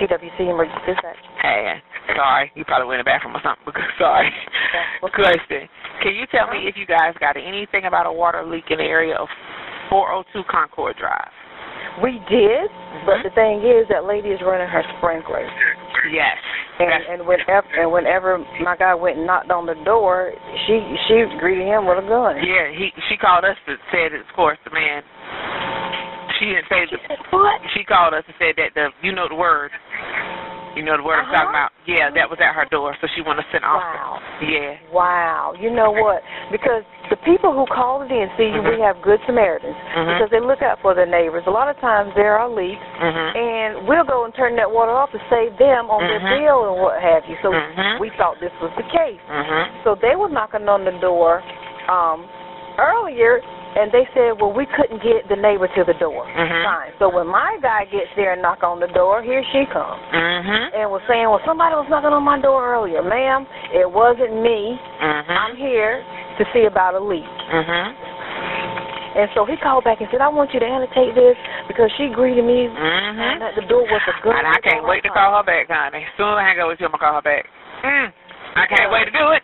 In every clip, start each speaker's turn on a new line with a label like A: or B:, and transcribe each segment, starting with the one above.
A: TWC Emergency Dispatch.
B: Hey, sorry, you probably went in the bathroom or something. Because, sorry.
A: Okay.
B: Question. Can you tell me if you guys got anything about a water leak in the area of 402 Concord Drive?
A: We did, but
B: Mm-hmm.
A: the thing is, that lady is running her sprinkler.
B: Yes.
A: And, and whenever and whenever my guy went and knocked on the door, she she greeted him with a gun.
B: Yeah, he she called us and said, of course, the man. She didn't say the.
A: What?
B: She called us and said that the you know the word. You know the word I'm talking about. Yeah, that was at her door, so she wanted to send officer.
A: Uh-huh. Wow.
B: Yeah.
A: Wow. You know what? Because the people who call it in see we
B: Mhm.
A: have good Samaritans
B: Mhm.
A: because they look out for their neighbors. A lot of times there are leaks
B: Mhm.
A: and we'll go and turn that water off to save them on their
B: Mhm.
A: bill and what have you. So
B: Mhm.
A: we thought this was the case.
B: Mhm.
A: So they were knocking on the door um, earlier, and they said, well, we couldn't get the neighbor to the door.
B: Mhm.
A: Fine. So when my guy gets there and knock on the door, here she comes.
B: Mhm.
A: And was saying, well, somebody was knocking on my door earlier. Ma'am, it wasn't me. I'm
B: Mhm.
A: here to see about a leak.
B: Mhm.
A: And so he called back and said, I want you to annotate this because she greeted me and
B: Mhm.
A: at the door was a good
B: And I can't wait to call her back, honey. Soon as I hang up with you, I'm gonna call her back. Mm. I can't wait to do it.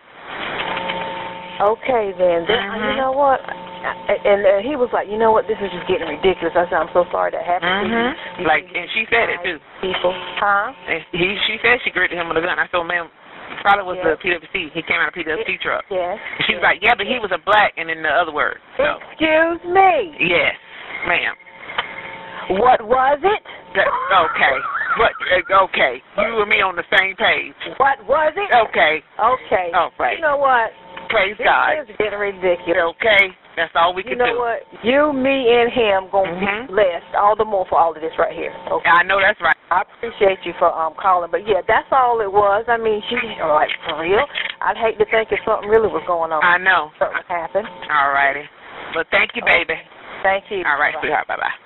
A: Okay, then. then uh, you
B: Mhm.
A: know what? I- And uh, he was like, you know what? This is just getting ridiculous. I said, I'm so sorry that happened to you.
B: Mhm.
A: you.
B: Like,
A: can
B: and she said it too.
A: People, huh?
B: And he, she said she greeted him with a gun. I told ma'am, it probably was
A: Yeah.
B: the PWC. He came out of PWC truck.
A: Yes.
B: She was like, yeah, but he was a black, and in the other word. So,
A: Excuse me.
B: yes, ma'am.
A: What was it?
B: That, okay. What? uh, Okay. You and me on the same page.
A: What was it?
B: Oh, Okay.
A: Okay.
B: All right.
A: You know what?
B: Praise
A: This
B: God.
A: is getting ridiculous.
B: Okay. That's all we
A: You
B: can
A: know
B: do.
A: what? You, me, and him gonna
B: Mhm.
A: be blessed all the more for all of this right here. Okay.
B: I know that's right.
A: I appreciate you for um calling, but yeah, that's all it was. I mean, she like for real. I'd hate to think if something really was going on,
B: I know.
A: something happened.
B: All righty. Well, thank you, baby.
A: Thank you.
B: All right,
A: Bye-bye.
B: sweetheart. Bye bye.